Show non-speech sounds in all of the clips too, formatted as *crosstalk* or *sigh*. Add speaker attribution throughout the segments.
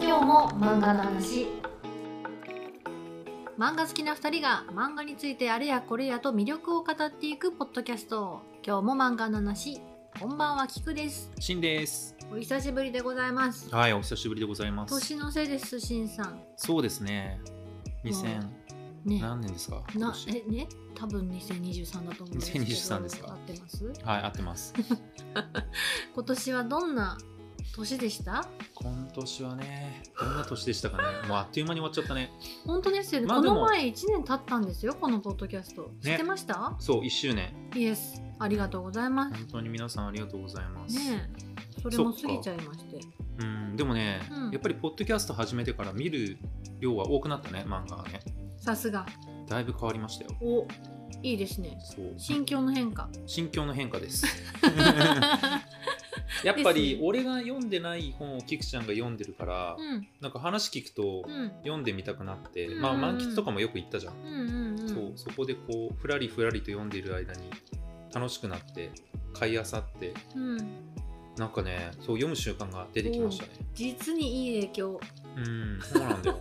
Speaker 1: 今日も漫画の話
Speaker 2: 漫画好きな2人が漫画についてあれやこれやと魅力を語っていくポッドキャスト今日も漫画の話こんばんはきくです
Speaker 3: しんです。
Speaker 2: お久しぶりでございます
Speaker 3: はい、お久しぶりでございます。
Speaker 2: 年のせいですしんさん
Speaker 3: そうですね。2000
Speaker 2: ね
Speaker 3: 何年ですか？今
Speaker 2: な
Speaker 3: 年
Speaker 2: えね多分2023だと思うんですけど
Speaker 3: 2023ですか
Speaker 2: 合ってます
Speaker 3: はい、合っ
Speaker 2: *laughs*
Speaker 3: てます。
Speaker 2: 今年はどんな年でした
Speaker 3: 今年はね、どんな年でしたかね。もうあっという間に終わっちゃったね。
Speaker 2: 本当ですよね、
Speaker 3: まあ
Speaker 2: こ
Speaker 3: でも
Speaker 2: の前1年経ったんですよこのポッドキャスト、知ってました
Speaker 3: そう、1周年。
Speaker 2: イエスありがとうございます
Speaker 3: 本当に皆さんありがとうございます。
Speaker 2: ねえそれも過ぎちゃいまして
Speaker 3: うん、でもね、
Speaker 2: うん
Speaker 3: やっぱりポッドキャスト始めてから見る量は多くなったね、漫画はね。
Speaker 2: さすが
Speaker 3: だいぶ変わりましたよ。
Speaker 2: おいいですね
Speaker 3: そう、
Speaker 2: 心境の変
Speaker 3: *laughs*
Speaker 2: 化
Speaker 3: 心境の変
Speaker 2: *laughs*
Speaker 3: 化です。
Speaker 2: う
Speaker 3: やっぱ
Speaker 2: です
Speaker 3: り
Speaker 2: ね
Speaker 3: 俺が読んでない本をキクちゃんが読んでるから、
Speaker 2: ん
Speaker 3: なんか話聞くと
Speaker 2: うん
Speaker 3: 読んでみたくなって、
Speaker 2: うん
Speaker 3: まあ満喫とかもよく行ったじゃん。
Speaker 2: うんうんうん
Speaker 3: そうそこでこうふらりふらりと読んでいる間に楽しくなって買い漁って
Speaker 2: うん
Speaker 3: なんかねそう読む習慣が出てきましたね
Speaker 2: 実にいい影響
Speaker 3: うんそうなんだよ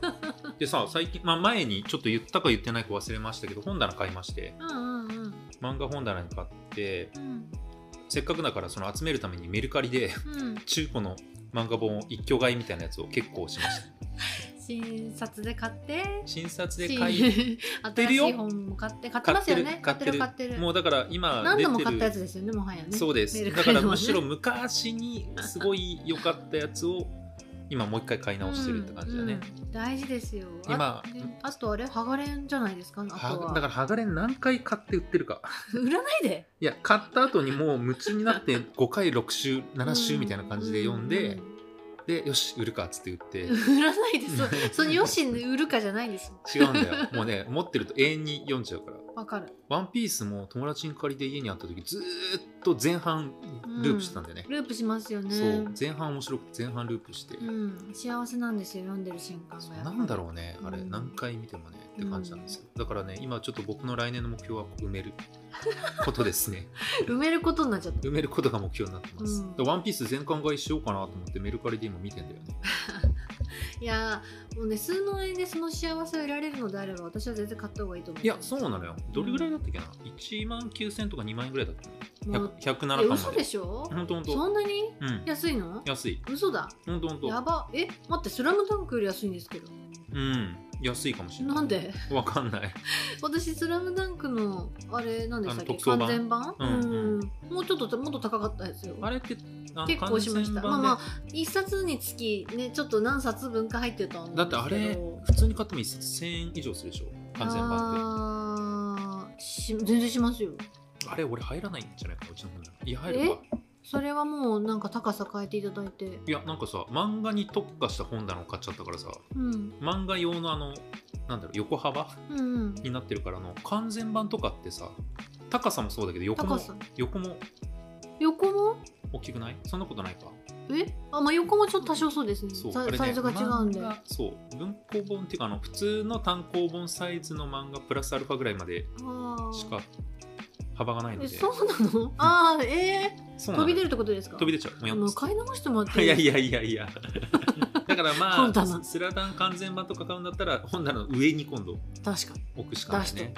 Speaker 3: でさ最近、まあ、前にちょっと言ったか言ってないか忘れましたけど本棚買いまして
Speaker 2: うんうんうん
Speaker 3: 漫画本棚に買って
Speaker 2: うん
Speaker 3: せっかくだからその集めるためにメルカリで *laughs*
Speaker 2: うん
Speaker 3: 中古の漫画本を一挙買いみたいなやつを結構しました
Speaker 2: 新札で買って
Speaker 3: 新冊で
Speaker 2: *laughs* 新
Speaker 3: 買 *laughs* いて
Speaker 2: 新
Speaker 3: るよ
Speaker 2: しい本も買って買ってますよね
Speaker 3: 買ってる
Speaker 2: 買ってる
Speaker 3: もうだから今
Speaker 2: 何
Speaker 3: 出
Speaker 2: 度も
Speaker 3: て
Speaker 2: 買ったや
Speaker 3: る
Speaker 2: つですよねもはやね
Speaker 3: そうです、
Speaker 2: メルカ
Speaker 3: だ
Speaker 2: リ
Speaker 3: から
Speaker 2: のは
Speaker 3: む
Speaker 2: ね
Speaker 3: しろ昔にすごい良かったやつを今もう一回買い直してるって感じだね、
Speaker 2: うんうん大事ですよ
Speaker 3: 今
Speaker 2: あねあとあれ剥がれんじゃないですかあと
Speaker 3: は
Speaker 2: は
Speaker 3: だから剥がれ何回買って売ってるか
Speaker 2: *laughs* 売らないで
Speaker 3: いや買った後にもう夢中になって5回6週7週みたいな感じで読んで、
Speaker 2: う
Speaker 3: でよし売るかっつって売って
Speaker 2: うん売 *laughs* らないです
Speaker 3: *laughs*
Speaker 2: そのよし売るかじゃないです
Speaker 3: 違うんだ
Speaker 2: *laughs*
Speaker 3: よもうね持ってると永遠に読んじゃうから
Speaker 2: わかる
Speaker 3: 「ワンピースも友達に借りて家にあった時ずーっと前半ループしてたんだよね、
Speaker 2: ループしますよね
Speaker 3: そう前半面白くて前半ループして、
Speaker 2: うん、幸せなんですよ読んでる瞬間
Speaker 3: そう
Speaker 2: がやっぱ
Speaker 3: な
Speaker 2: り
Speaker 3: んだろうね、あれ
Speaker 2: うん
Speaker 3: 何回見てもねって感じなんですよ、だからね今ちょっと僕の来年の目標は埋めることですね *laughs*
Speaker 2: *laughs* 埋めることになっちゃっ
Speaker 3: 埋めることが目標になってます、
Speaker 2: うん
Speaker 3: でワンピース全巻買いしようかなと思ってメルカリで今見てんだよね
Speaker 2: たいやーもうね数万円でその幸せを得られるのであれば私は全然買った方がいいと思う
Speaker 3: いやそうなのよどれぐらいだったっけな、1万9000とか2万円ぐらいだった
Speaker 2: も
Speaker 3: の
Speaker 2: う
Speaker 3: 107巻ま
Speaker 2: え
Speaker 3: で
Speaker 2: 嘘でしょ
Speaker 3: ほんとほん
Speaker 2: そ
Speaker 3: と
Speaker 2: んなに
Speaker 3: うん
Speaker 2: 安いの
Speaker 3: 安い
Speaker 2: 嘘だ
Speaker 3: ほんとほんと
Speaker 2: やばえ待ってスラムダンクより安いんですけど
Speaker 3: うん安いかもしれない
Speaker 2: なんで
Speaker 3: わかんない
Speaker 2: 私スラムダンクのあれなんでしたっけ
Speaker 3: あの特装版
Speaker 2: 完全版
Speaker 3: うんうん
Speaker 2: もうちょっともっと高かったですよ
Speaker 3: あれってあの
Speaker 2: 結構しました
Speaker 3: 完全版で
Speaker 2: まあまあ一冊につきねちょっと何冊分か入ってるとは思
Speaker 3: だ
Speaker 2: う
Speaker 3: っ
Speaker 2: ん
Speaker 3: て
Speaker 2: です
Speaker 3: あ
Speaker 2: けど
Speaker 3: れ普通に買っても1000円以上するでしょ完全版って
Speaker 2: あーし全然しますよ
Speaker 3: あれ俺入らないんじゃないかなうちの本棚いや入るか
Speaker 2: それはもうなんか高さ変えていただいて
Speaker 3: いやなんかさ漫画に特化した本棚を買っちゃったからさ
Speaker 2: うん
Speaker 3: 漫画用のあのなんだろう横幅
Speaker 2: うんうん
Speaker 3: になってるからあの完全版とかってさ高さもそうだけど横
Speaker 2: 高
Speaker 3: も
Speaker 2: さ
Speaker 3: 横も
Speaker 2: 横も
Speaker 3: 大きくないそんなことないか
Speaker 2: えあまあ横もちょっと多少そうですね
Speaker 3: そう
Speaker 2: サ
Speaker 3: あ
Speaker 2: イ
Speaker 3: れね
Speaker 2: サイズが違うんで
Speaker 3: 漫画そう文庫本っていうかあの普通の単行本サイズの漫画プラスアルファぐらいまで
Speaker 2: あー
Speaker 3: しか幅がないの
Speaker 2: え
Speaker 3: で
Speaker 2: そうなのああえ
Speaker 3: そ
Speaker 2: ー、
Speaker 3: う
Speaker 2: 飛
Speaker 3: なの
Speaker 2: び出るってことですか
Speaker 3: 飛び出ちゃうもうやん
Speaker 2: もう買い直してもらっ
Speaker 3: い
Speaker 2: て
Speaker 3: やい
Speaker 2: や
Speaker 3: やいや
Speaker 2: *laughs*
Speaker 3: いや。だからま
Speaker 2: 本
Speaker 3: あ、
Speaker 2: 棚
Speaker 3: スラダン完全版とか買うんだったら、本棚の上に今度
Speaker 2: 確か
Speaker 3: 置くしかないね。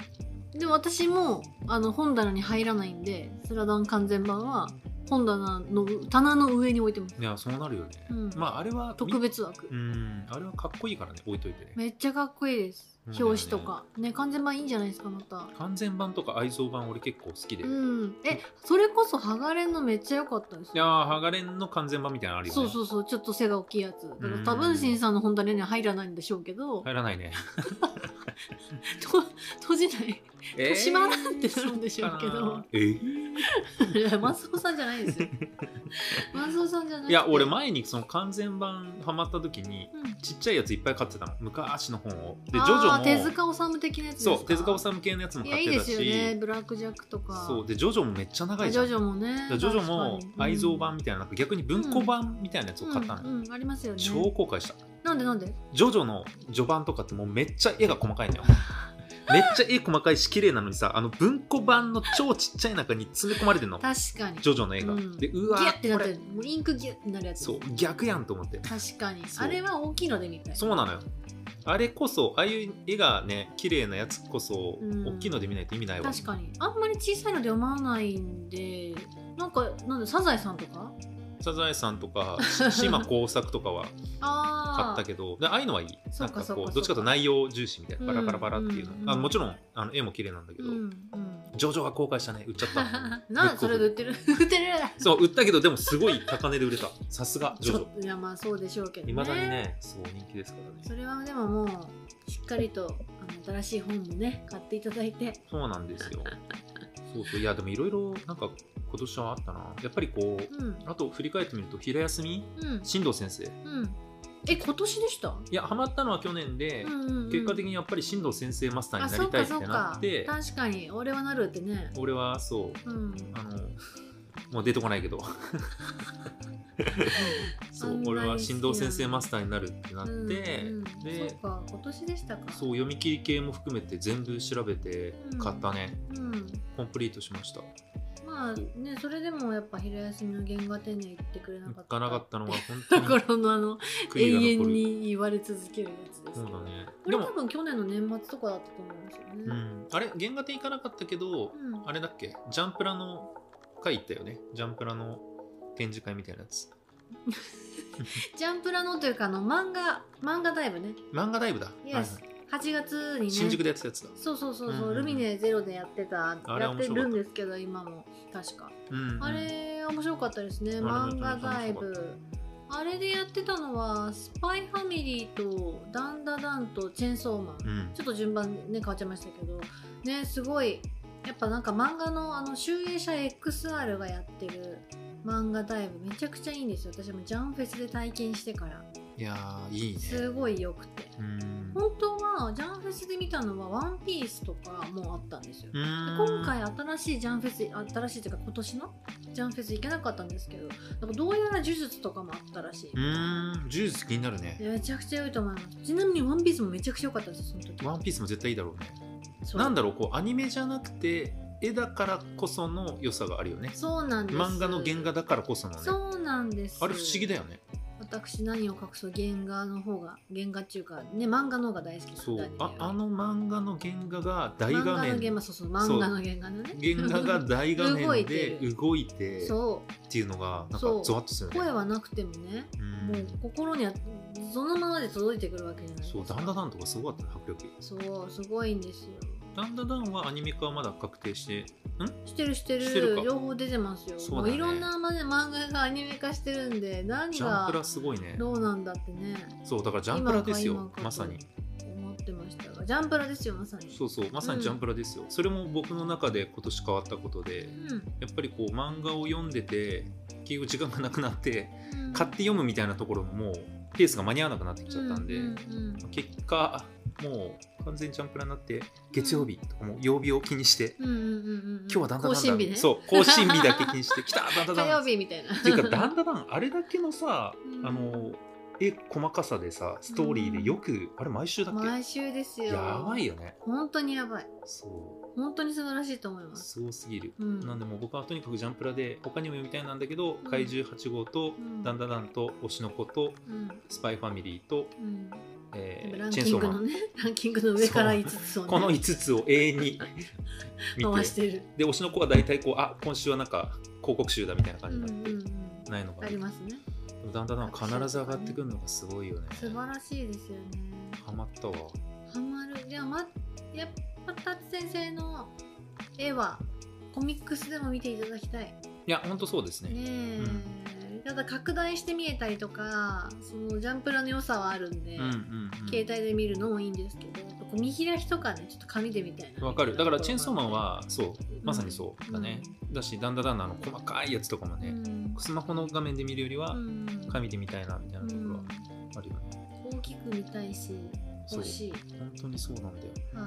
Speaker 2: にでも私もあの本棚に入らないんでスラダン完全版は本棚の棚の上に置いてます
Speaker 3: いや、そうなるよね。
Speaker 2: うん
Speaker 3: まあ、あれは
Speaker 2: 特。別枠
Speaker 3: うん、あれはかっこいいからね、置いといてね。
Speaker 2: めっちゃかっこいいです
Speaker 3: そうだよね
Speaker 2: 表紙とかね完全版いいんじゃないですかまた
Speaker 3: 完全版とか愛蔵版、俺結構好きで。
Speaker 2: う
Speaker 3: い
Speaker 2: んえそれこそ剥がれんのめっちゃ良かったです
Speaker 3: やー、ハガレンの完全版みたいなのあるよね。
Speaker 2: そうそうそうちょっと背が大きいやつだか
Speaker 3: う
Speaker 2: ら
Speaker 3: ん
Speaker 2: 多分新さんの本棚には入らないんでしょうけど
Speaker 3: 入らな
Speaker 2: *laughs*
Speaker 3: いね。
Speaker 2: と閉じない
Speaker 3: え
Speaker 2: 閉まらんってなるんでしょうけど。
Speaker 3: えー
Speaker 2: いやマスオさんじゃない
Speaker 3: *laughs*
Speaker 2: ですよマスオさんじゃない
Speaker 3: いや、俺前にその完全版ハマった時に、
Speaker 2: うん
Speaker 3: ちっちゃいやついっぱい買ってたの。昔の本を。で、ジ
Speaker 2: あ
Speaker 3: ョ
Speaker 2: ー
Speaker 3: ジョも。
Speaker 2: 手塚治虫的なやつですか
Speaker 3: そう、手塚治虫系のやつも
Speaker 2: いや
Speaker 3: 買
Speaker 2: い
Speaker 3: っ
Speaker 2: いで
Speaker 3: てた
Speaker 2: す
Speaker 3: し。
Speaker 2: よねブラックジャックとか
Speaker 3: そうでジョジョもめっちゃ長いじ
Speaker 2: ジ
Speaker 3: ゃ
Speaker 2: ョ
Speaker 3: ん
Speaker 2: ジョもね
Speaker 3: だからジョジョも
Speaker 2: 確かに
Speaker 3: 愛蔵版みたいななんか逆に文庫版みたいなやつを買ったの、
Speaker 2: うんうんうんありますよね
Speaker 3: 超後悔した
Speaker 2: なんでなんで *laughs*
Speaker 3: ジョジョの序盤とかってもうめっちゃ絵が細かいのよめっちゃ絵細かいし綺麗なのにさあの文庫版の超ちっちゃい中に詰め込まれてるの
Speaker 2: 確かに
Speaker 3: ジョジョの映画、
Speaker 2: うん
Speaker 3: でうわ
Speaker 2: ギュってな
Speaker 3: こ
Speaker 2: って
Speaker 3: れ
Speaker 2: るもうインクギュってなるやつ
Speaker 3: そう逆やんと思って
Speaker 2: 確かに
Speaker 3: そう
Speaker 2: あれは大きいので見たい
Speaker 3: そうなのよあれこそああいう絵がね綺麗なやつこそ、
Speaker 2: うん
Speaker 3: 大きいので見ないと意味ないわ
Speaker 2: 確かにあんまり小さいので読まないんでなんかなんだサザエさんとか
Speaker 3: サザエさんとかし島耕作とかは買
Speaker 2: ああ
Speaker 3: ったけどでああいうのはいい
Speaker 2: そ
Speaker 3: な
Speaker 2: うんか
Speaker 3: か
Speaker 2: そう
Speaker 3: こ
Speaker 2: か
Speaker 3: うどっちかというと内容重視みたいなバラバラバラっていうの、
Speaker 2: うんうん
Speaker 3: あのもちろんあの絵も綺麗なんだけど、
Speaker 2: うん
Speaker 3: *laughs*
Speaker 2: うん
Speaker 3: ジョジョが公開したね売っちゃった *laughs*
Speaker 2: なそれで売ってる売ってる
Speaker 3: そう売ったけどでもすごい高値で売れたさすがジ
Speaker 2: ちょ
Speaker 3: ョジョ
Speaker 2: っといやまあそうでしょうけどね
Speaker 3: いまだにねそう人気ですからね
Speaker 2: それはでももうしっかりとあの新しい本もね買っていただいて
Speaker 3: そうなんですよそうそういやでもいろいろなんか今年はあったなやっぱりこう
Speaker 2: うん
Speaker 3: あと振り返ってみると平休み
Speaker 2: うん
Speaker 3: 進藤先生い
Speaker 2: うんえ今年でした、
Speaker 3: やハマったのは去年で、
Speaker 2: うんうんうん
Speaker 3: 結果的にやっぱり進藤先生マスター
Speaker 2: あ
Speaker 3: にな
Speaker 2: そ
Speaker 3: り
Speaker 2: う
Speaker 3: たい
Speaker 2: かそ
Speaker 3: って
Speaker 2: う
Speaker 3: な
Speaker 2: か
Speaker 3: って
Speaker 2: 確かに俺はなるってね
Speaker 3: 俺はそう
Speaker 2: うん
Speaker 3: あのもう出てこない
Speaker 2: *laughs*
Speaker 3: けどそ
Speaker 2: あんま
Speaker 3: う
Speaker 2: り
Speaker 3: 俺は振動先生マスターになるってなって、
Speaker 2: うんうん
Speaker 3: で
Speaker 2: そうか今年でしたか
Speaker 3: そう読み切り系も含めて全部調べて
Speaker 2: うん
Speaker 3: 買ったね、
Speaker 2: うん
Speaker 3: コンプリートしました
Speaker 2: まあねそれでもやっぱ昼休みの原画展には行ってくれなかった
Speaker 3: 行かなかったの
Speaker 2: *laughs*
Speaker 3: は本当
Speaker 2: と
Speaker 3: に
Speaker 2: ころのあの
Speaker 3: 悔
Speaker 2: 永
Speaker 3: い
Speaker 2: 遠
Speaker 3: が残る
Speaker 2: に言われ続けるやつです
Speaker 3: そう
Speaker 2: けど
Speaker 3: だね
Speaker 2: こ
Speaker 3: で
Speaker 2: れ
Speaker 3: も
Speaker 2: 多、分去年の年末とかだったと思うんですよね、
Speaker 3: うん、あれ原画展行かなかったけ
Speaker 2: う
Speaker 3: ど
Speaker 2: ん
Speaker 3: あれだっけジャンプラの回行ったよねジャンプラの展示会みたいなやつ
Speaker 2: ジャンプラのというかあの漫画漫画ダイブね
Speaker 3: 漫画ダイブだ、
Speaker 2: Yes
Speaker 3: はいはい
Speaker 2: 8月にね
Speaker 3: 新宿でやってたやつだ
Speaker 2: そうそうそうそう、
Speaker 3: うんうん
Speaker 2: ルミネゼロでやってた
Speaker 3: あれ
Speaker 2: やってるん
Speaker 3: 面白かった
Speaker 2: ですけど今も確か、
Speaker 3: うんうん
Speaker 2: あれ面白かったですね
Speaker 3: れも
Speaker 2: 漫画ダイ
Speaker 3: 面白
Speaker 2: ブあれでやってたのはスパイファミリーとダンダダンとチェンソーマン、
Speaker 3: うん
Speaker 2: ちょっと順番ね変わっちゃいましたけどねすごいやっぱなんか漫画のあの集英社 XR がやってる漫画ダイブめちゃくちゃいいんですよ私もジャンフェスで体験してから
Speaker 3: いやーいいね
Speaker 2: すごい良くて
Speaker 3: うん
Speaker 2: 本当はジャンフェスで見たのは「ワンピースとかもあったんですよ、
Speaker 3: う
Speaker 2: で
Speaker 3: ーん
Speaker 2: 今回新しいジャンフェス新しいというか今年のジャンフェス行けなかったんですけどなんかどうやら呪術とかもあったらしい、
Speaker 3: うーん呪術気になる
Speaker 2: い
Speaker 3: ね
Speaker 2: やめちゃくちゃ良いと思いますちなみに「ワンピースもめちゃくちゃ良かったですその時
Speaker 3: ワンピースも絶対いいだろうね
Speaker 2: そう
Speaker 3: なんだろうこうアニメじゃなくて絵だからこその良さがあるよね
Speaker 2: そうなんです
Speaker 3: 漫画の原画だからこそのね
Speaker 2: そうなんです
Speaker 3: あれ不思議だよね
Speaker 2: 私何を隠そう原画の方が原画っていうかね漫画の方が大好きだった
Speaker 3: そ
Speaker 2: んだ
Speaker 3: う
Speaker 2: よ
Speaker 3: ああの漫画の原画が大
Speaker 2: 漫
Speaker 3: 画
Speaker 2: 画の
Speaker 3: 面
Speaker 2: 原画そうそう漫画の原画のね
Speaker 3: 原画
Speaker 2: *laughs*
Speaker 3: が大画
Speaker 2: 動い
Speaker 3: 面
Speaker 2: て
Speaker 3: で
Speaker 2: る
Speaker 3: 動いて
Speaker 2: そ
Speaker 3: っていうのがなんか
Speaker 2: そう
Speaker 3: ゾワッとする
Speaker 2: う
Speaker 3: よ
Speaker 2: 声
Speaker 3: ね
Speaker 2: はなくてもね
Speaker 3: うん
Speaker 2: もう心にはそのままで届いてくるわけじゃないです
Speaker 3: そう
Speaker 2: か
Speaker 3: ダンダダンとかすごかったね迫力
Speaker 2: そうすごいんですよ
Speaker 3: ダンダダンはアニメ化はまだ確定して
Speaker 2: してるしてる
Speaker 3: してるか
Speaker 2: 情報出てますよ、
Speaker 3: そ
Speaker 2: も
Speaker 3: うだ
Speaker 2: う
Speaker 3: ね
Speaker 2: いろんなまで漫画がアニメ化してるんで何
Speaker 3: ジャン
Speaker 2: が
Speaker 3: プラすごいね
Speaker 2: どうなんだってね
Speaker 3: そうだからジャンプラです
Speaker 2: 今か
Speaker 3: よ
Speaker 2: 今か
Speaker 3: まさに
Speaker 2: 思ってましたがジャンプラですよまさに
Speaker 3: そうそうまさにジャンプラですよ、それも僕の中で今年変わったことで
Speaker 2: うん
Speaker 3: やっぱりこう漫画を読んでて結局時間がなくなって
Speaker 2: うん
Speaker 3: 買って読むみたいなところももうペースが間に合わなくなってきちゃったんで、
Speaker 2: ううん
Speaker 3: 結果もう完全にジャンプラになって月曜日とかもう曜日を気にして、
Speaker 2: うんうんうんうんうん
Speaker 3: 今日はだんだんだんだん
Speaker 2: 更新日ね
Speaker 3: そう更新日だけ気にして来ただんだん
Speaker 2: *laughs* 火
Speaker 3: だ
Speaker 2: 曜
Speaker 3: んっ
Speaker 2: 日みたいな
Speaker 3: ていうかだんだんだんあれだけのさ、
Speaker 2: うん
Speaker 3: あの絵細かさでさストーリーでよく、あれ毎週だっけ
Speaker 2: 毎週ですよ
Speaker 3: やばいよね
Speaker 2: 本当にやばい
Speaker 3: そう
Speaker 2: 本当に素晴らしいと思います
Speaker 3: すごすぎる、
Speaker 2: うん
Speaker 3: なんでもう僕はとにかくジャンプラで他にも読みたいなんだけど、
Speaker 2: うん
Speaker 3: 怪獣8号と、
Speaker 2: うん
Speaker 3: ダンダダンと推しの子と
Speaker 2: うん
Speaker 3: スパイファミリーと、
Speaker 2: うん
Speaker 3: えー
Speaker 2: ラン
Speaker 3: チ
Speaker 2: キ
Speaker 3: ェーンソ
Speaker 2: ング
Speaker 3: ーマ
Speaker 2: の
Speaker 3: ン、
Speaker 2: ねランキングの上から
Speaker 3: そう
Speaker 2: 5つをね
Speaker 3: この5つを永遠に
Speaker 2: *laughs*
Speaker 3: 見
Speaker 2: 回
Speaker 3: て
Speaker 2: してる
Speaker 3: で推しの子は大体こうあ今週はなんか広告集だみたいな
Speaker 2: う
Speaker 3: 感
Speaker 2: ん
Speaker 3: じ
Speaker 2: う
Speaker 3: になっ
Speaker 2: んう
Speaker 3: て、
Speaker 2: ん
Speaker 3: ないのか
Speaker 2: あ
Speaker 3: な
Speaker 2: りますね
Speaker 3: でもダンダダンは必ず上がってくるのがすごいよね
Speaker 2: 素晴らしいですよね
Speaker 3: ハマったわ
Speaker 2: ハマるじゃあまやっぱ達先生の絵はコミックスでも見ていただきたい
Speaker 3: いやほんとそうですね
Speaker 2: ねえ、ただ拡大して見えたりとかそのジャンプラの良さはあるんで、
Speaker 3: うんうんうん
Speaker 2: 携帯で見るのもいいんですけどやっぱこう見開きとかねちょっと紙でみたいな
Speaker 3: わかるだからチェーンソーマンはそうまさにそうだね、
Speaker 2: うん
Speaker 3: だしダンダダンのあの細かいやつとかもね、
Speaker 2: うん
Speaker 3: スマホの画面で見るよりは
Speaker 2: うん
Speaker 3: 紙で見たいなみたいなところはあるよね。
Speaker 2: うん大きく見たいし
Speaker 3: そう
Speaker 2: 欲しい、
Speaker 3: 本当にそうなんだよ。
Speaker 2: は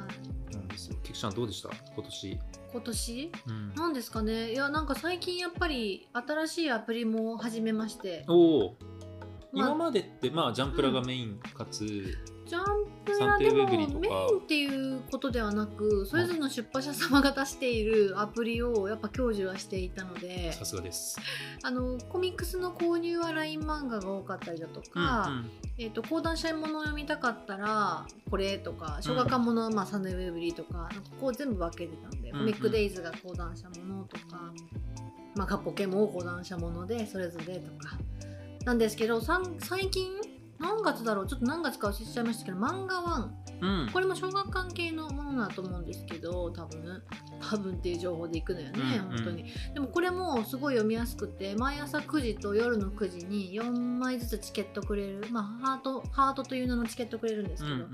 Speaker 2: い、
Speaker 3: なんですよ。キクちゃんどうでした今年？
Speaker 2: 今年
Speaker 3: うん。
Speaker 2: なんですかねいやなんか最近やっぱり新しいアプリも始めまして
Speaker 3: おお。
Speaker 2: まあ
Speaker 3: 今までってまあジャンプラがメインかつ、
Speaker 2: ジャンプラで
Speaker 3: サンテーウェブリーと
Speaker 2: も
Speaker 3: か
Speaker 2: メインっていうことではなくそれぞれの出版社様が出しているアプリをやっぱ享受はしていたので
Speaker 3: さすがです。
Speaker 2: あのコミックスの購入は LINE 漫画が多かったりだと
Speaker 3: うんう
Speaker 2: か、
Speaker 3: ん
Speaker 2: えー、と講談社ものを読みたかったらこれとか小学館ものはまあサンデーウェブリーとかなんかこう全部分けてたんで、
Speaker 3: うん
Speaker 2: コミックデイズが講談社ものとか、まあ、ガポケも講談社ものでそれぞれとかなんですけどさん最近何月だろうちょっと何月か忘れちゃいましたけど漫画ワン
Speaker 3: うん
Speaker 2: これも小学館系のものだと思うんですけど多分多分っていう情報でいくのよね、
Speaker 3: うんうん
Speaker 2: 本当にでもこれもすごい読みやすくて毎朝9時と夜の9時に4枚ずつチケットくれるまあハートハートという名のチケットくれるんです
Speaker 3: う
Speaker 2: け
Speaker 3: ん
Speaker 2: ど、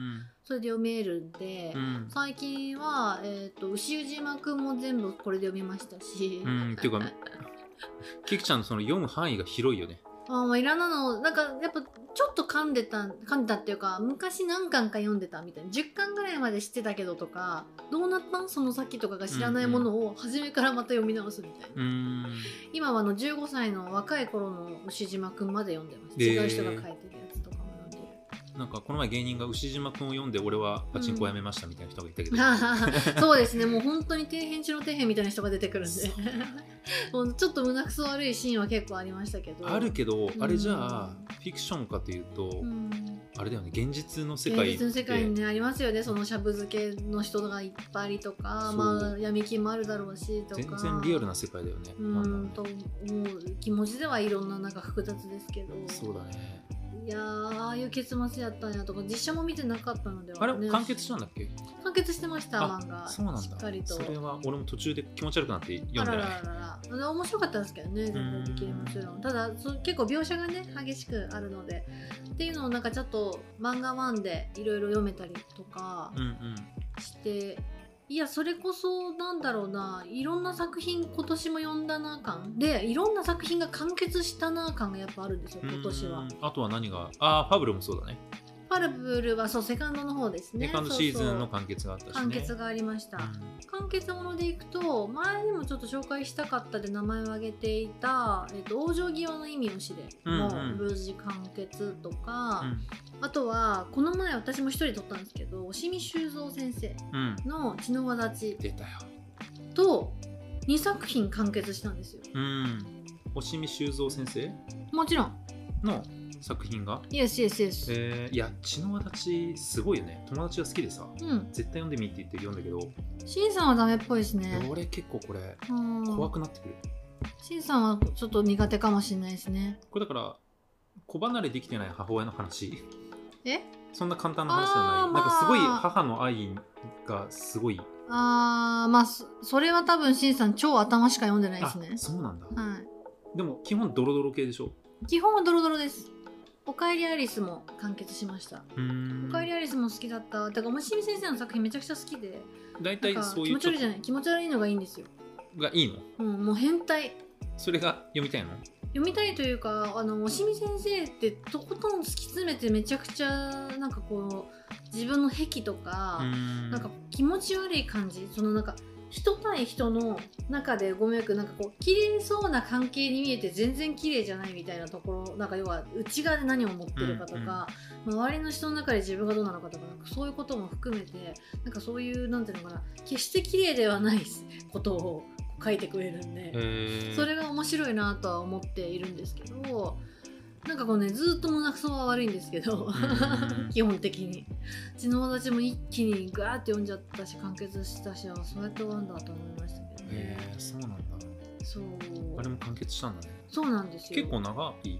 Speaker 2: それで読めるんで、
Speaker 3: うん
Speaker 2: 最近は、えー、と牛宇島くんも全部これで読みましたし、
Speaker 3: うんうんっていうかキクちゃんのその読む範囲が広いよね。
Speaker 2: あまあいらんなのなんかやっぱちょっと噛んでた噛んでたっていうか昔何巻か読んでたみたいな10巻ぐらいまで知ってたけどとかどうなったんその先とかが知らないものを初めからまた読み直すみたいな、
Speaker 3: うん
Speaker 2: 今はあの15歳の若い頃の牛島くんまで読んでます、
Speaker 3: へー
Speaker 2: 違う人が書いてるやつとかも読んでる
Speaker 3: なんかこの前芸人が牛島くんを読んで俺はパチンコやめましたみたいな人がいたけど、
Speaker 2: *laughs* そうですねもう本当に底辺中の底辺みたいな人が出てくるんで
Speaker 3: そ
Speaker 2: *laughs* もうちょっと胸くそ悪いシーンは結構ありましたけど
Speaker 3: あるけどあれじゃ
Speaker 2: う
Speaker 3: あ
Speaker 2: ん
Speaker 3: フィクションかというと、
Speaker 2: うん
Speaker 3: あれだよね現実の世
Speaker 2: 現
Speaker 3: 界
Speaker 2: 実の世界に
Speaker 3: で
Speaker 2: ねありますよねそのしゃぶ漬けの人がいっぱいとか
Speaker 3: そう
Speaker 2: まあ闇金もあるだろうしとか
Speaker 3: 全然リアルな世界だよね。
Speaker 2: う
Speaker 3: なんだろ
Speaker 2: ー
Speaker 3: うんね
Speaker 2: と思う気持ちではいろんななんか複雑ですけど
Speaker 3: そうだね。
Speaker 2: いやーああいう結末やったんやとか実写も見てなかったのでは、ね、
Speaker 3: あれ完結したんだっけ？
Speaker 2: 完結してました
Speaker 3: あ
Speaker 2: 漫画
Speaker 3: そうなん
Speaker 2: しっかり
Speaker 3: だ。
Speaker 2: と
Speaker 3: それは俺も途中で気持ち悪くなって読
Speaker 2: あ
Speaker 3: んで
Speaker 2: ら
Speaker 3: ない
Speaker 2: ら。ららら面白かったんですけどね全然的にもちろんただそう結構描写がね激しくあるのでっていうのをなんかちょっと漫画ワンでいろいろ読めたりとか、
Speaker 3: うんうん。
Speaker 2: していやそれこそなんだろうないろんな作品今年も読んだな感でいろんな作品が完結したな感がやっぱあるんですよ今年
Speaker 3: う
Speaker 2: は
Speaker 3: ん。あとは何がああファブルもそうだね。
Speaker 2: ファルブルはそうセカンドの方ですね
Speaker 3: セカンドシーズンの
Speaker 2: そう
Speaker 3: 完結があったし
Speaker 2: そう完
Speaker 3: ね。
Speaker 2: 結がありました、完結ものでいくと前にもちょっと紹介したかったで名前を挙げていた「えっと往生際の意味を知れ」も
Speaker 3: うんうん
Speaker 2: 無事完結とか、
Speaker 3: うん
Speaker 2: あとはこの前私も一人撮ったんですけど押見修造先生
Speaker 3: うんうん
Speaker 2: の「血の輪立ち」
Speaker 3: 出たよ。
Speaker 2: と2作品完結したんですよ
Speaker 3: うん。押見修造先生
Speaker 2: もちろん
Speaker 3: の作品が。
Speaker 2: イエスイエスイエス
Speaker 3: えー、いや血の輪立ちすごいよね友達が好きでさ
Speaker 2: うん
Speaker 3: 絶対読んでみって言って読んだけど、
Speaker 2: シンさんはダメっぽいですね
Speaker 3: 俺結構これ
Speaker 2: うん
Speaker 3: 怖くなってくる、
Speaker 2: シンさんはちょっと苦手かもしれないですね
Speaker 3: これだから子離れできてない母親の話 *laughs*
Speaker 2: え
Speaker 3: そんな簡単な話じゃない、
Speaker 2: あーまあ
Speaker 3: なんかすごい母の愛がすごい
Speaker 2: あーまあそそれは多分シンさん超頭しか読んでないですね
Speaker 3: あそうなんだ、
Speaker 2: は
Speaker 3: でも基本ドロドロ系でしょ
Speaker 2: い基本はドロドロですおかえりアリスも完結しました。
Speaker 3: うー
Speaker 2: お
Speaker 3: ん
Speaker 2: かえりアリスも好きだった。だから、もしみ先生の作品めちゃくちゃ好きで、
Speaker 3: 大
Speaker 2: なん
Speaker 3: 体
Speaker 2: か
Speaker 3: そう
Speaker 2: 気
Speaker 3: いう
Speaker 2: 持ち悪いじゃない、気持ち悪いのがいいんですよ。
Speaker 3: がいいの
Speaker 2: うん、もう変態。
Speaker 3: それが読みたいの
Speaker 2: 読みたいというかあの押見先生ってとことん突き詰めてめちゃくちゃなんかこう自分の癖とか、
Speaker 3: な
Speaker 2: なんか気持ち悪い感じそのなんか人対人の中でごめんなくなんかこう綺麗そうな関係に見えて全然綺麗じゃないみたいなところなんか要は内側で何を持ってるかとか、周りの人の中で自分がどうなのかとかなんかそういうことも含めてなんかそういうなんていうのかな決して綺麗ではないことを書いてくれるんで。
Speaker 3: えー、
Speaker 2: それが面白いなとは思っているんですけどなんかこうねずーっと胸くそは悪いんですけど
Speaker 3: ーん
Speaker 2: 基本的にうちの友達も一気にガーって読んじゃったし完結したしあそうやって終わるんだと思いましたけどね
Speaker 3: えー、そうなんだ
Speaker 2: そう
Speaker 3: あれも完結したんだね
Speaker 2: そうなんですよ
Speaker 3: 結構長い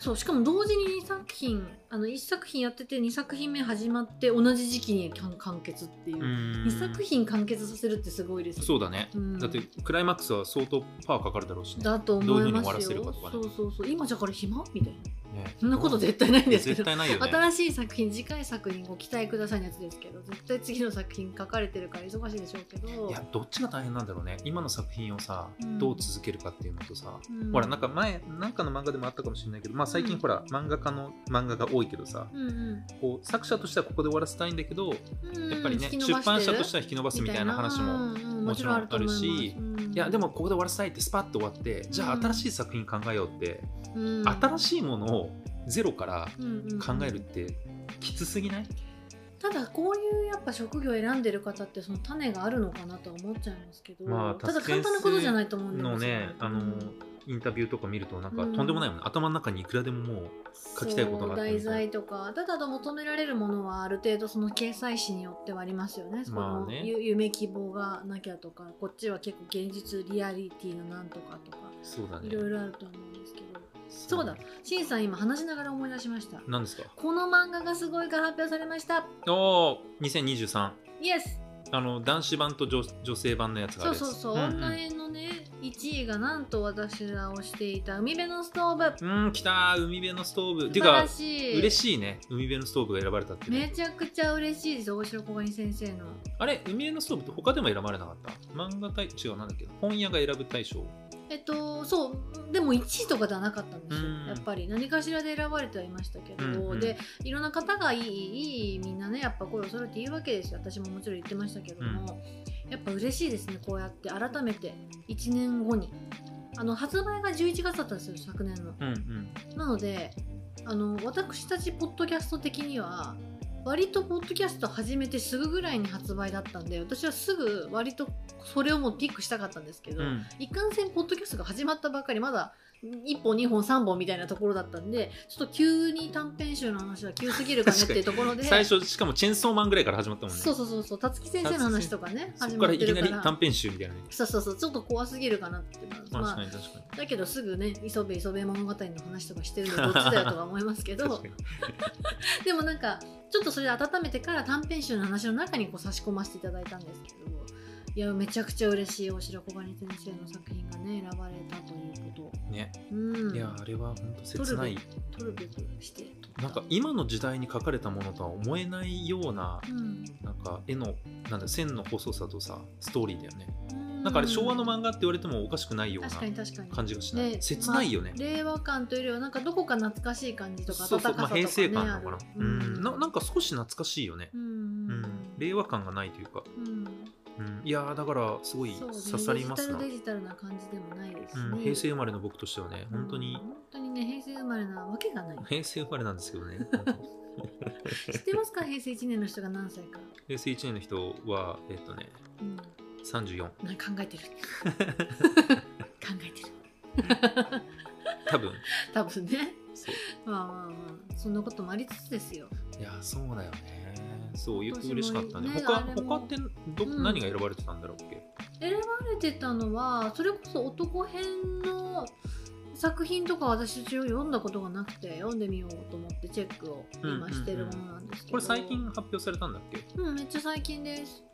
Speaker 2: そうしかも同時に2作品あの1作品やってて2作品目始まって同じ時期に完完結っていう、
Speaker 3: 2
Speaker 2: 2作品完結させるってすごいですよね
Speaker 3: そうだね、
Speaker 2: うん
Speaker 3: だってクライマックスは相当パワーかかるだろうしね
Speaker 2: だと
Speaker 3: どうい
Speaker 2: 思
Speaker 3: うふう
Speaker 2: い
Speaker 3: に
Speaker 2: ま
Speaker 3: 終わら
Speaker 2: す
Speaker 3: せる
Speaker 2: よ
Speaker 3: かとかね
Speaker 2: そうそうそう今じゃこれ暇みたいな
Speaker 3: ね
Speaker 2: そんなこと絶対ないんですけ
Speaker 3: 絶
Speaker 2: ど、
Speaker 3: 対ないよね
Speaker 2: 新しい作品次回作にご期待くださいのやつですけど絶対次の作品書かれてるから忙しいでしょうけど
Speaker 3: いやどっちが大変なんだろうね今の作品をさ、
Speaker 2: うん
Speaker 3: どう続けるかっていうのとさ、
Speaker 2: うん
Speaker 3: ほらなんか前なんかの漫画でもあったかもしれないけど、まあ、最
Speaker 2: う
Speaker 3: 近
Speaker 2: ん
Speaker 3: ほら、漫画家の漫画が多いけどさ
Speaker 2: うんうん
Speaker 3: こう作者としてはここで終わらせたいんだけど、
Speaker 2: うん
Speaker 3: やっぱりね
Speaker 2: 引き
Speaker 3: 出
Speaker 2: 伸ばしてる
Speaker 3: 版社としては引き伸ばすみたいな話も、
Speaker 2: みたいなうんうん
Speaker 3: もちろんある
Speaker 2: もちろんあると思います
Speaker 3: し
Speaker 2: うん
Speaker 3: いやでもここで終わらせたいってスパッと終わって、じゃ
Speaker 2: う
Speaker 3: あ
Speaker 2: ん
Speaker 3: 新しい作品考えようって、
Speaker 2: うん
Speaker 3: 新しいものをゼロから
Speaker 2: うんうん
Speaker 3: 考えるってきつすぎない、
Speaker 2: ただこういうやっぱ職業を選んでる方ってその種があるのかなとは思っちゃいますけど、
Speaker 3: まあ
Speaker 2: ただ簡単なことじゃないと思うんですよ
Speaker 3: のねあの、インタビューとか見るとなんかとんでもないもんね、頭の中にいくらでももう書きたいことがあってみたい
Speaker 2: そう
Speaker 3: な
Speaker 2: 題材とかただと求められるものはある程度その掲載誌によってはありますよねそ
Speaker 3: まあ
Speaker 2: の、
Speaker 3: ね
Speaker 2: ゆ夢希望がなきゃとかこっちは結構現実リアリティのなんとかとか
Speaker 3: そうだね
Speaker 2: いろいろあると思うんですけどそうだしんさん今話しながら思い出しました
Speaker 3: 何ですか
Speaker 2: この漫画がすごいが発表されました
Speaker 3: おー2023
Speaker 2: イエス
Speaker 3: あの男子版と女女性版のやつがあ
Speaker 2: そ
Speaker 3: る
Speaker 2: う
Speaker 3: やつ
Speaker 2: そうそう、
Speaker 3: ん
Speaker 2: オンラインのね1位がなんと私らをしていた海辺のストーブ
Speaker 3: うん、うん、来たー海辺のストーブっ
Speaker 2: 素
Speaker 3: ていう
Speaker 2: 晴
Speaker 3: から
Speaker 2: しい
Speaker 3: 嬉しいね海辺のストーブが選ばれたって、
Speaker 2: め
Speaker 3: ね、
Speaker 2: ちゃくちゃ嬉しいです大城小金先生の
Speaker 3: あれ海辺のストーブって他でも選ばれなかった漫画大違うなんだっけ本屋が選ぶ大賞
Speaker 2: えっとそうでも1位とかではなかったんですよ
Speaker 3: うん
Speaker 2: やっぱり何かしらで選ばれてはいましたけど、
Speaker 3: うんうん
Speaker 2: でいろんな方がいいいいみんなねやっぱ声を揃えて言うわけですよ私ももちろん言ってましたけども、やっぱ嬉しいですねこうやって改めて1年後にあの発売が11月だったんですよ昨年の
Speaker 3: うんうん
Speaker 2: なのであの私たちポッドキャスト的には割とポッドキャスト始めてすぐぐらいに発売だったんで私はすぐ割とそれをもうピックしたかったんですけど、
Speaker 3: うん
Speaker 2: いかんせんポッドキャストが始まったばかりまだ1本2本3本みたいなところだったんでちょっと急に短編集の話は急すぎるかねっていうところで
Speaker 3: 最初しかもチェンソーマンぐらいから始まったもんね
Speaker 2: そうそうそうそう辰木先生の話とかね
Speaker 3: そ
Speaker 2: 始
Speaker 3: こ
Speaker 2: ま
Speaker 3: から
Speaker 2: っ
Speaker 3: い
Speaker 2: て
Speaker 3: き
Speaker 2: る
Speaker 3: な
Speaker 2: か
Speaker 3: り
Speaker 2: ら
Speaker 3: 短編集みたいなね
Speaker 2: そうそうそうちょっと怖すぎるかなってまあ
Speaker 3: 確かに確かに
Speaker 2: だけどすぐね磯部磯部物語の話とかしてるんでどっちだよとは思いますけど
Speaker 3: 確かに
Speaker 2: でもなんかちょっとそれで温めてから短編集の話の中にこう差し込ませていただいたんですけどいやめちゃくちゃ嬉しい大城小金先生の作品がね選ばれたということ
Speaker 3: ね、
Speaker 2: うん
Speaker 3: いやあれは本当切ない
Speaker 2: 取るべくして撮った
Speaker 3: なんか今の時代に書かれたものとは思えないような
Speaker 2: うん
Speaker 3: なんか絵のなんだ線の細さとさストーリーだよね
Speaker 2: うん
Speaker 3: なんかあれ昭和の漫画って言われてもおかしくないような
Speaker 2: 確かに確かに
Speaker 3: 感じがしない
Speaker 2: ね
Speaker 3: 切ないよね、
Speaker 2: まあ令和感というよりはなんかどこか懐かしい感じとか
Speaker 3: そうそう、
Speaker 2: 温
Speaker 3: ま
Speaker 2: かさと
Speaker 3: あ、
Speaker 2: かね
Speaker 3: 平成感なのかな
Speaker 2: ある
Speaker 3: うんななんか少し懐かしいよね
Speaker 2: う
Speaker 3: うん
Speaker 2: ん
Speaker 3: 令和感がないというか、
Speaker 2: うん
Speaker 3: うん、いやーだからすごい
Speaker 2: そうね
Speaker 3: 刺さりますな、
Speaker 2: デジタルデジタルな感じでもないです
Speaker 3: う
Speaker 2: ね
Speaker 3: ん、平成生まれの僕としてはね本当
Speaker 2: うん
Speaker 3: に
Speaker 2: 本当にね平成生まれなわけが
Speaker 3: *laughs*
Speaker 2: ない
Speaker 3: 平成生まれなんですけどね本当に
Speaker 2: 知ってますか平成1年の人が何歳か、
Speaker 3: 平成1年の人はえっとね
Speaker 2: うん、
Speaker 3: 34
Speaker 2: なんか考えて
Speaker 3: *laughs*
Speaker 2: る考えてる *laughs*
Speaker 3: 多分
Speaker 2: 多分ね
Speaker 3: そう
Speaker 2: まあまあまあそんなこともありつつですよ
Speaker 3: いやそうだよねそうゆ
Speaker 2: 今年も
Speaker 3: 嬉しかったね
Speaker 2: ね
Speaker 3: 他
Speaker 2: あれも
Speaker 3: 他ってど、
Speaker 2: うん
Speaker 3: 何が選ばれてたんだろうっけ
Speaker 2: 選ばれてたのはそれこそ男編の作品とか私一応読んだことがなくて読んでみようと思ってチェックを今してるものなんですけど、
Speaker 3: これ最近発表されたんだっけ
Speaker 2: うんめっちゃ最近です、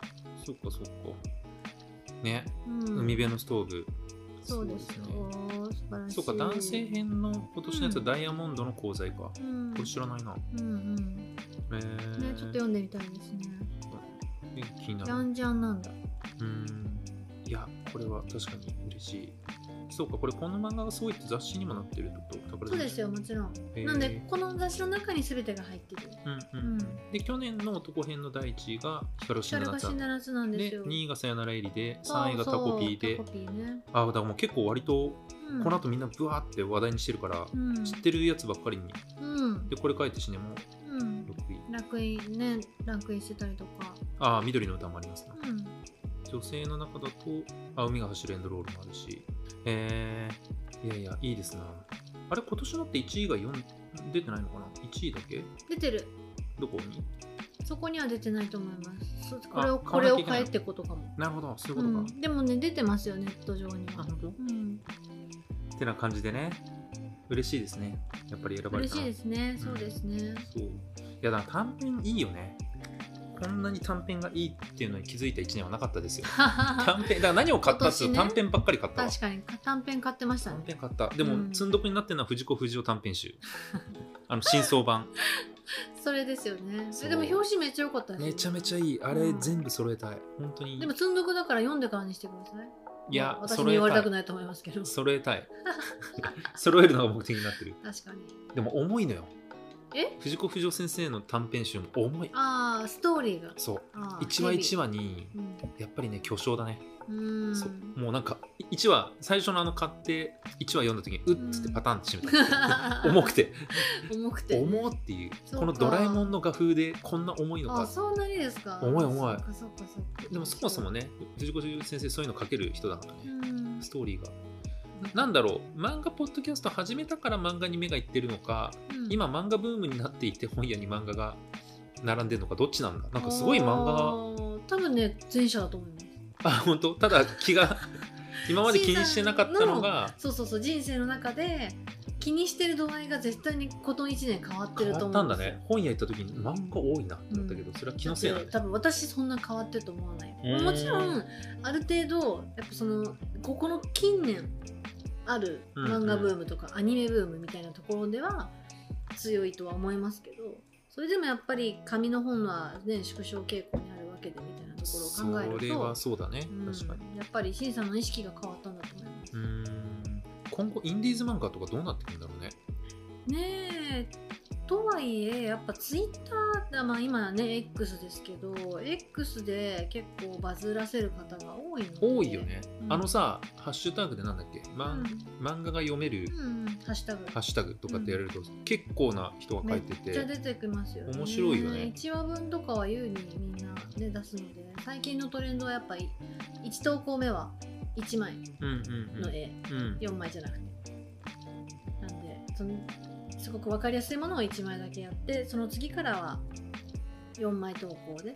Speaker 3: そっかそっかね、
Speaker 2: うん、
Speaker 3: 海辺のストーブ
Speaker 2: そうですよ
Speaker 3: そう
Speaker 2: 素晴らしい
Speaker 3: そっか男性編の今年のやつは
Speaker 2: うん
Speaker 3: ダイヤモンドの鉱材か、
Speaker 2: うん
Speaker 3: これ知らないな
Speaker 2: うんうん
Speaker 3: え
Speaker 2: ねちょ
Speaker 3: ー、
Speaker 2: っと読んでみたいですね
Speaker 3: え気にな
Speaker 2: じ
Speaker 3: る
Speaker 2: ゃ
Speaker 3: うん
Speaker 2: じゃんなんだ
Speaker 3: ーんいやこれは確かに嬉しいそうかこれこの漫画がすごいって雑誌にもなってるってこと
Speaker 2: そうですよもちろん、
Speaker 3: へー
Speaker 2: なんでこの雑誌の中に全てが入ってる
Speaker 3: うんうんうんで去年の男編の第1位が光
Speaker 2: 「
Speaker 3: るシ
Speaker 2: シャ
Speaker 3: ナ
Speaker 2: ル
Speaker 3: ナ
Speaker 2: カ
Speaker 3: ちゃ
Speaker 2: シ
Speaker 3: ん
Speaker 2: ナラス」なんです
Speaker 3: で
Speaker 2: よ
Speaker 3: 2位がさよならエリで
Speaker 2: そう
Speaker 3: 3位がタコピーで
Speaker 2: そうタコピーね、
Speaker 3: ああだからもう結構割と
Speaker 2: うん
Speaker 3: この後みんなブワーって話題にしてるから、
Speaker 2: うん
Speaker 3: 知ってるやつばっかりに
Speaker 2: うん
Speaker 3: でこれ書いて死ねも
Speaker 2: うん
Speaker 3: 6位
Speaker 2: ランクインねランクインしてたりとか
Speaker 3: ああ緑の歌もありますな、
Speaker 2: うん
Speaker 3: 女性の中だとあ海が走るエンドロールもあるしえー、いやいやいいですなあれ今年のって1位が4出てないのかな1位だけ
Speaker 2: 出てる
Speaker 3: どこに
Speaker 2: そこには出てないと思いますそこ
Speaker 3: あ
Speaker 2: れを
Speaker 3: 買
Speaker 2: こ
Speaker 3: わ
Speaker 2: れ
Speaker 3: なきゃ
Speaker 2: を
Speaker 3: いけない
Speaker 2: 変えってことかも
Speaker 3: なるほどそういう
Speaker 2: う
Speaker 3: ことか、
Speaker 2: んでもね出てますよネット上に
Speaker 3: あ
Speaker 2: は
Speaker 3: 本当
Speaker 2: うん
Speaker 3: ってな感じでね嬉しいですねやっぱり選ばれ
Speaker 2: 嬉
Speaker 3: たな
Speaker 2: しいですね
Speaker 3: ん
Speaker 2: そうですね
Speaker 3: そういやだから短編いいよねこんなに短編がいいっていうのに気づいた1年はなかっ
Speaker 2: *laughs*
Speaker 3: たですよ短編だから何を買ったっつうと
Speaker 2: 今年
Speaker 3: 短
Speaker 2: ね
Speaker 3: 編ばっかり買ったわ
Speaker 2: 確かにか短編買ってました
Speaker 3: 短
Speaker 2: ね
Speaker 3: 編買ったでも、
Speaker 2: うん
Speaker 3: 積んどくになってるのは藤子不二雄短
Speaker 2: *laughs*
Speaker 3: 編集あの真相版
Speaker 2: それですよね
Speaker 3: そう
Speaker 2: えでも表紙めっちゃ良かったですよ
Speaker 3: めちゃめちゃいいあれ
Speaker 2: うん
Speaker 3: 全部揃えたい本当に
Speaker 2: でも積んどくだから読んでからにしてください
Speaker 3: いや
Speaker 2: 私に
Speaker 3: 揃え
Speaker 2: 言われ
Speaker 3: た
Speaker 2: たく
Speaker 3: い
Speaker 2: ないと思いますけど確
Speaker 3: 揃えたい
Speaker 2: *laughs*
Speaker 3: 揃えるのが目的になってる
Speaker 2: かに
Speaker 3: でも重いのよ
Speaker 2: え
Speaker 3: 藤子不二雄先生の短編集も重い
Speaker 2: ああストーリーが
Speaker 3: そう
Speaker 2: あー
Speaker 3: 一話
Speaker 2: ヘビ
Speaker 3: 一話に
Speaker 2: うん
Speaker 3: やっぱりね巨匠だね
Speaker 2: うん *laughs*
Speaker 3: そうもうなんか1話最初のあの買って1話読んだ時にうっつってパタンって閉めた、重くて
Speaker 2: *laughs* 重くて
Speaker 3: 重っていう
Speaker 2: そうか
Speaker 3: このドラえもんの画風でこんな重いの
Speaker 2: あ
Speaker 3: か
Speaker 2: そんなにですか
Speaker 3: 重い重い
Speaker 2: そっかそっかそっか
Speaker 3: でもそもそもね藤子先生そういうの書ける人だから
Speaker 2: う
Speaker 3: ね
Speaker 2: ん
Speaker 3: ストーリーがなんだろう漫画ポッドキャスト始めたから漫画に目がいってるのか
Speaker 2: うん
Speaker 3: 今漫画ブームになっていて本屋に漫画が並んでるのかどっちなんだなんかすごい漫
Speaker 2: あ
Speaker 3: 画
Speaker 2: ー多分ね前者だと思います
Speaker 3: あ本当ただ
Speaker 2: *laughs*
Speaker 3: 気が今まで気にしてなかったのが
Speaker 2: そうそうそう人生の中で気にしてる度合いが絶対にこの1年変わって
Speaker 3: 変
Speaker 2: る
Speaker 3: わ
Speaker 2: と
Speaker 3: っ
Speaker 2: 思
Speaker 3: た
Speaker 2: うん
Speaker 3: んだ
Speaker 2: ですよ
Speaker 3: ね本屋行った時に漫画多いなって思ったけど、それは気のせいなん
Speaker 2: だって
Speaker 3: だ
Speaker 2: 多分私そんな変わってると思わな
Speaker 3: う
Speaker 2: い
Speaker 3: ん
Speaker 2: もちろんある程度やっぱそのここの近年ある
Speaker 3: うんうん
Speaker 2: 漫画ブームとかアニメブームみたいなところでは強いとは思いますけどそれでもやっぱり紙の本は、ね、縮小傾向にあるわけでみたいなところを考えると
Speaker 3: それはそうだね、
Speaker 2: うん
Speaker 3: 確かに
Speaker 2: やっぱり審査の意識が変わったんだと思います
Speaker 3: うーん今後インディーズ漫画とかどうなってくんだろうね
Speaker 2: ねえとはいえやっぱツイッターまあ今はね X ですけど X で結構バズらせる方が多いので
Speaker 3: 多いよね、
Speaker 2: うん
Speaker 3: あのさハッシュタグでなんだっけ、
Speaker 2: う
Speaker 3: ま
Speaker 2: ん、
Speaker 3: 漫画が読める
Speaker 2: うん、ハッシュタグ
Speaker 3: ハッシュタグとかってやれると結構な人が書いて
Speaker 2: め
Speaker 3: て
Speaker 2: っちゃ出てきますよね
Speaker 3: 面白いよね
Speaker 2: 1話分とかは優にみんな、ね、出すので最近のトレンドはやっぱり1投稿目は1枚
Speaker 3: うんうん
Speaker 2: の絵、
Speaker 3: うんうん
Speaker 2: 4枚じゃなくてなんでそのすごく分かりやすいものを1枚だけやってその次からは4枚投稿で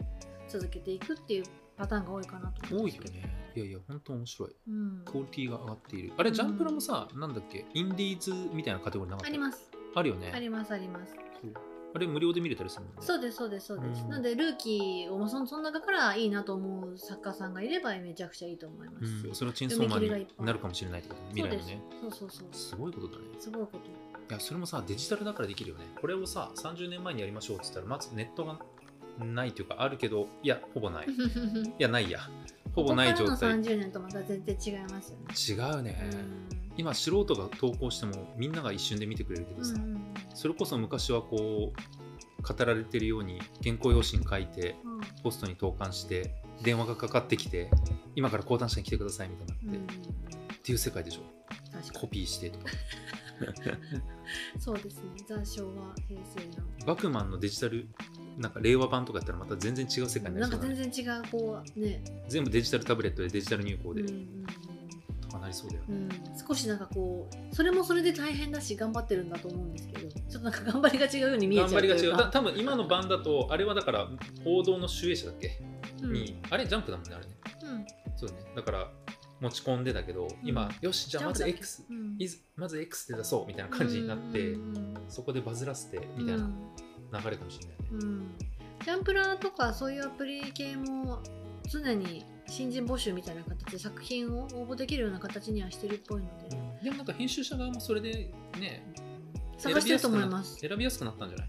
Speaker 2: 続けていくっていうパターンが多いかなと思うんで
Speaker 3: 多い
Speaker 2: す
Speaker 3: よ
Speaker 2: けど、
Speaker 3: ねいやいや本当面白い
Speaker 2: うん、
Speaker 3: クオリティが上がっているあれジャンプラもさ、なんだっけインディーズみたいなカテゴリーなか
Speaker 2: あ
Speaker 3: った
Speaker 2: ります
Speaker 3: あるよね
Speaker 2: ありますあります
Speaker 3: そうあれ無料で見れたりするもんね
Speaker 2: そうですそうですそうです、
Speaker 3: うん
Speaker 2: なのでルーキーをそのその中からいいなと思う作家さんがいればめちゃくちゃいいと思いますし、
Speaker 3: うん、それはチェーンソーマン
Speaker 2: 読み切りがいっ
Speaker 3: に
Speaker 2: ぱい
Speaker 3: なるかもしれないってことね未
Speaker 2: そう
Speaker 3: 来
Speaker 2: で
Speaker 3: の
Speaker 2: す、
Speaker 3: ね
Speaker 2: そうそうそう
Speaker 3: すごいことだね
Speaker 2: すごいこと
Speaker 3: いやそれもさデジタルだからできるよねこれをさ30年前にやりましょうって言ったらまずネットがないというかあるけどいやほぼないいやないやほぼない状
Speaker 2: ここから
Speaker 3: 態
Speaker 2: の30年とまた全然違いますよね、
Speaker 3: 違うね、今素人が投稿してもみんなが一瞬で見てくれるけど
Speaker 2: うん
Speaker 3: さ、
Speaker 2: うんうん
Speaker 3: それこそ昔はこう語られてるように原稿用紙に書いて
Speaker 2: うん
Speaker 3: ポストに投函して電話がかかってきて今から講談社に来てくださいみたいになって、
Speaker 2: うんうんう
Speaker 3: っ
Speaker 2: ん
Speaker 3: ていう世界でしょ
Speaker 2: 確か
Speaker 3: コピーしてとか
Speaker 2: にそうですねザ昭和平成
Speaker 3: バクマンのデジタルなんか令和版とかやったらまた全然違う世界に
Speaker 2: の
Speaker 3: な
Speaker 2: なん
Speaker 3: りそ
Speaker 2: か
Speaker 3: うだね
Speaker 2: 全然違うこうね
Speaker 3: 全部デジタルタブレットでデジタル入稿
Speaker 2: うんう
Speaker 3: で
Speaker 2: ん
Speaker 3: とかなりそうだよね、
Speaker 2: うんうん少しなんかこうそれもそれで大変だし頑張ってるんだと思うんですけどちょっとなんか頑張りが違うように見え
Speaker 3: 頑
Speaker 2: ちゃ
Speaker 3: 張
Speaker 2: う
Speaker 3: りが違うた
Speaker 2: た
Speaker 3: 多分今の版だとあれはだから報道の集英社だっけ、にあれジャンプだもんねあれねそうだねだから持ち込んでだけど今、
Speaker 2: うん
Speaker 3: よしじゃあまず X いずまず X で出そうみたいな感じになって、そこでバズらせてみたいな流れかもしれないね、
Speaker 2: うんジャンプラーとかそういうアプリ系も常に新人募集みたいな形で作品を応募できるような形にはしてるっぽいので
Speaker 3: でもなんか編集者側もそれでね
Speaker 2: 探してると思います
Speaker 3: 選びやすくなったんじゃない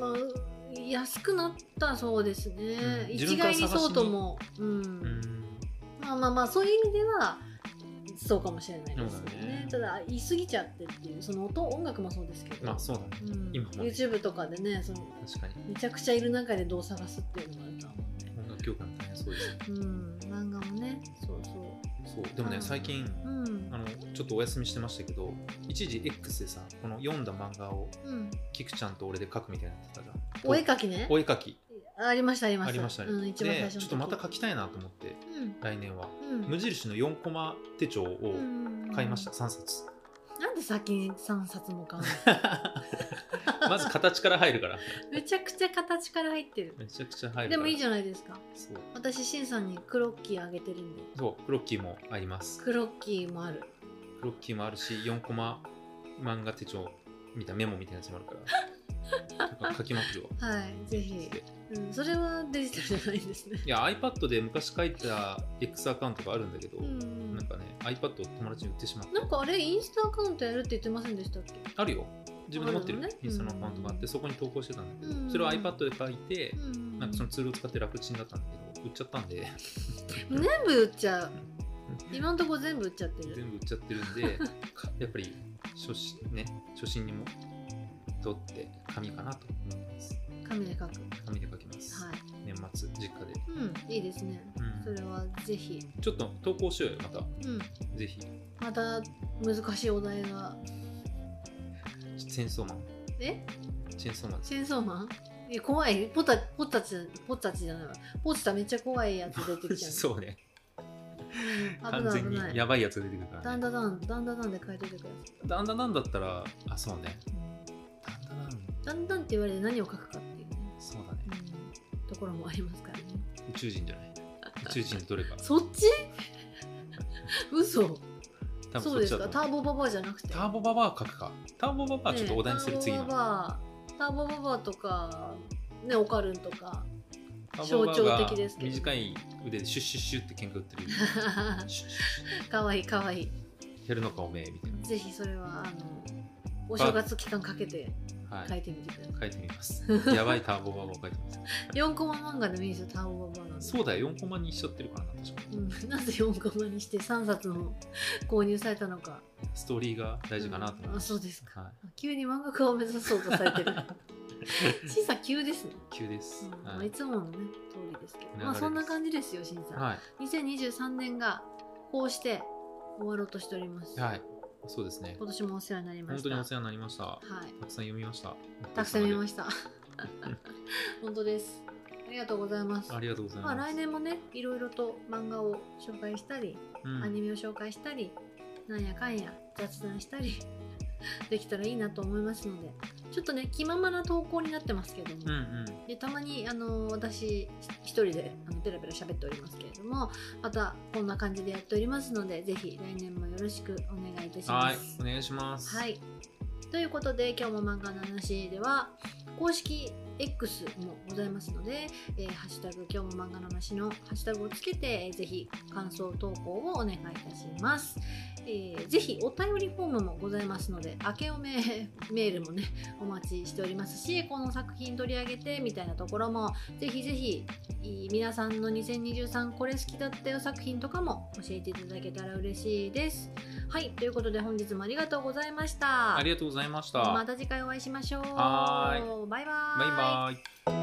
Speaker 2: まあ、安くなったそうですね、
Speaker 3: うん
Speaker 2: 一概にそうとも、うんまあまあまあそういう意味ではそうかもしれないですよ
Speaker 3: そうだ
Speaker 2: ね
Speaker 3: ね
Speaker 2: ただ言い過ぎちゃってっていうその音音楽もそうですけど、
Speaker 3: まあそうだね
Speaker 2: うん
Speaker 3: 今もね
Speaker 2: YouTube とかでねその
Speaker 3: 確かに
Speaker 2: めちゃくちゃいる中でどう探すっていうのがあると思
Speaker 3: 音楽業界も大変そうですね
Speaker 2: うんで、うん、漫画もねそうそ
Speaker 3: そうでもね
Speaker 2: うん
Speaker 3: 最近
Speaker 2: ううん
Speaker 3: あのちょっとお休みしてましたけど一時 X でさこの読んだ漫画を
Speaker 2: うん、
Speaker 3: キクちゃんと俺で書くみたいなのやってたじゃん
Speaker 2: お絵描きね
Speaker 3: お絵描き
Speaker 2: ありましたありました
Speaker 3: ありましたね、
Speaker 2: うん、一番最
Speaker 3: で
Speaker 2: 初
Speaker 3: ち
Speaker 2: の
Speaker 3: ょっとまた書きたいなと思って
Speaker 2: うん
Speaker 3: 来年は
Speaker 2: うん
Speaker 3: 無印の4コマ手帳を
Speaker 2: うん
Speaker 3: 買いました、3冊 *laughs*
Speaker 2: なんで先に3冊も買うの
Speaker 3: まず形から入るから
Speaker 2: めちゃくちゃ形から入ってる。
Speaker 3: めちゃくちゃ入るから
Speaker 2: でもいいじ
Speaker 3: ゃん
Speaker 2: ゃないですか。
Speaker 3: そう
Speaker 2: 私、しんさんにクロッキーあげてるんで。
Speaker 3: そうクロッキーもあります
Speaker 2: クロッキーもある。
Speaker 3: クロッキーもあるし4コマ漫画手帳みたいなメモみたいなやつもあ
Speaker 2: *laughs*
Speaker 3: るからなんか書きまくるわ
Speaker 2: はい、ぜひ。
Speaker 3: で
Speaker 2: うん、それはデジタルじゃないんです
Speaker 3: *laughs*
Speaker 2: ね。
Speaker 3: いや iPad で昔書いた X アカウントがあるんだけど、
Speaker 2: うん
Speaker 3: なん。かね iPad を友達に売ってしまった
Speaker 2: なんかあれ、インスタアカウントやるって言ってませんでしたっけ
Speaker 3: あるよ自分で持ってる
Speaker 2: あるのね
Speaker 3: インスタのアカウントがあっ
Speaker 2: う
Speaker 3: て
Speaker 2: ん
Speaker 3: そこに投稿してたんだけ
Speaker 2: うん
Speaker 3: どそれを iPad で書いて
Speaker 2: うん。
Speaker 3: なんかそのツールを使って楽ちんだったんだけど売っちゃったんで
Speaker 2: 全部売っちゃう。今んとこ全部売っちゃってる。
Speaker 3: 全部売っちゃってるんで *laughs* かやっぱり初心ね初心にも取って紙かなと思います
Speaker 2: 紙で書く。
Speaker 3: 紙で書きます、
Speaker 2: はい。
Speaker 3: 年末実家で
Speaker 2: うん、いいですね。
Speaker 3: うん
Speaker 2: それはぜひ、
Speaker 3: ちょっと投稿しようよまた
Speaker 2: うん、
Speaker 3: ぜひ
Speaker 2: また難しいお題が
Speaker 3: チェーンソーマン
Speaker 2: え
Speaker 3: チェーンソーマンです
Speaker 2: チェーンソーマンえ怖いポタポタチポタチじゃないわポチタめっちゃ怖いやつ出てきちゃう
Speaker 3: *laughs* そうね
Speaker 2: 危
Speaker 3: 完
Speaker 2: ない
Speaker 3: 全
Speaker 2: 危な
Speaker 3: に
Speaker 2: い
Speaker 3: やばいやつが出てくるか
Speaker 2: だ
Speaker 3: ら
Speaker 2: ん
Speaker 3: ね
Speaker 2: だだんだんだだんで書いといてくださ
Speaker 3: だんだんなんだったらあそうね
Speaker 2: い、
Speaker 3: だんだんなん
Speaker 2: だんだんって言われて何を書くかっていうね、
Speaker 3: そうだね
Speaker 2: うん、ところもありますからね
Speaker 3: 宇宙人じゃない *laughs* 宇宙人どれか
Speaker 2: そっち *laughs* 嘘
Speaker 3: 多分
Speaker 2: そ
Speaker 3: そうっ
Speaker 2: で
Speaker 3: ち
Speaker 2: す
Speaker 3: だ
Speaker 2: か
Speaker 3: と
Speaker 2: タ
Speaker 3: 思う
Speaker 2: ーボババアじゃなくて
Speaker 3: ターボババア書くかターボババアちょっとお題にする
Speaker 2: ね
Speaker 3: 次
Speaker 2: ターボ
Speaker 3: の
Speaker 2: ババアターボババアとかねオカルンとか *laughs*
Speaker 3: ターボ
Speaker 2: 象
Speaker 3: バ
Speaker 2: 徴
Speaker 3: バアが
Speaker 2: 的ですけど
Speaker 3: 短い腕でシュッシュッシュッって喧嘩売ってる
Speaker 2: *laughs*
Speaker 3: シュッシュッシュ
Speaker 2: かわいいかわいい
Speaker 3: ッやるのかおめえみたい
Speaker 2: ぜひそれはあのお正月期間かけて
Speaker 3: なは
Speaker 2: 書い
Speaker 3: い
Speaker 2: てみてください、
Speaker 3: 書いてみますやばいターボババアを書いてます
Speaker 2: 4コマ漫画でもいいですよターボババアなん *laughs* で
Speaker 3: そうだよ4コマにしちゃってるからな確か
Speaker 2: うん、なぜ4コマにして3冊も購入されたのか
Speaker 3: ストーリーが大事かなと思い
Speaker 2: うんあ
Speaker 3: ます
Speaker 2: そうですか
Speaker 3: は
Speaker 2: 急に漫画家を目指そうとされ
Speaker 3: *laughs*
Speaker 2: てる審査急ですね、
Speaker 3: い急です
Speaker 2: うんまあ、
Speaker 3: はいい
Speaker 2: つものね通りですけど
Speaker 3: 流れです
Speaker 2: まあそんな感じですよ審査、
Speaker 3: は
Speaker 2: 2023年がこうして終わろうとしております、
Speaker 3: いはいそうですね
Speaker 2: 今年もお世話になりま
Speaker 3: 本
Speaker 2: し
Speaker 3: 当
Speaker 2: た
Speaker 3: にお世話になりました
Speaker 2: はい
Speaker 3: たくさん読みました
Speaker 2: たくさん見ま
Speaker 3: し
Speaker 2: した *laughs* 本当ですありがとうございます
Speaker 3: ありがとうござい
Speaker 2: ま
Speaker 3: ます
Speaker 2: あ、来年もねいろいろと漫画を紹介したり、
Speaker 3: うん
Speaker 2: アニメを紹介したりなんやかんや雑談したり *laughs* できたらいいなと思いますのでちょっとね気ままな投稿になってますけども、
Speaker 3: うんうん
Speaker 2: でたまにあの私一人であのペラペラ喋っておりますけれどもまたこんな感じでやっておりますのでぜひ来年もよろしくお願いいたしま
Speaker 3: はい
Speaker 2: す。
Speaker 3: お願いします
Speaker 2: はい、ということで今日も漫画の話では公式 X もございますので、えーハッシュタグ今日も漫画の話のハッシュタグをつけて、えーぜひ感想投稿をお願いいたします。えーぜひお便りフォームもございますので明けおめメールもねお待ちしておりますしこの作品取り上げてみたいなところもぜひぜひいい皆さんの2023これ好きだったよ作品とかも教えていただけたら嬉しいです。はいということで本日もありがとうございました。
Speaker 3: ありがとうございました
Speaker 2: また次回お会いしましょう。
Speaker 3: はー
Speaker 2: バイバー
Speaker 3: バイバイ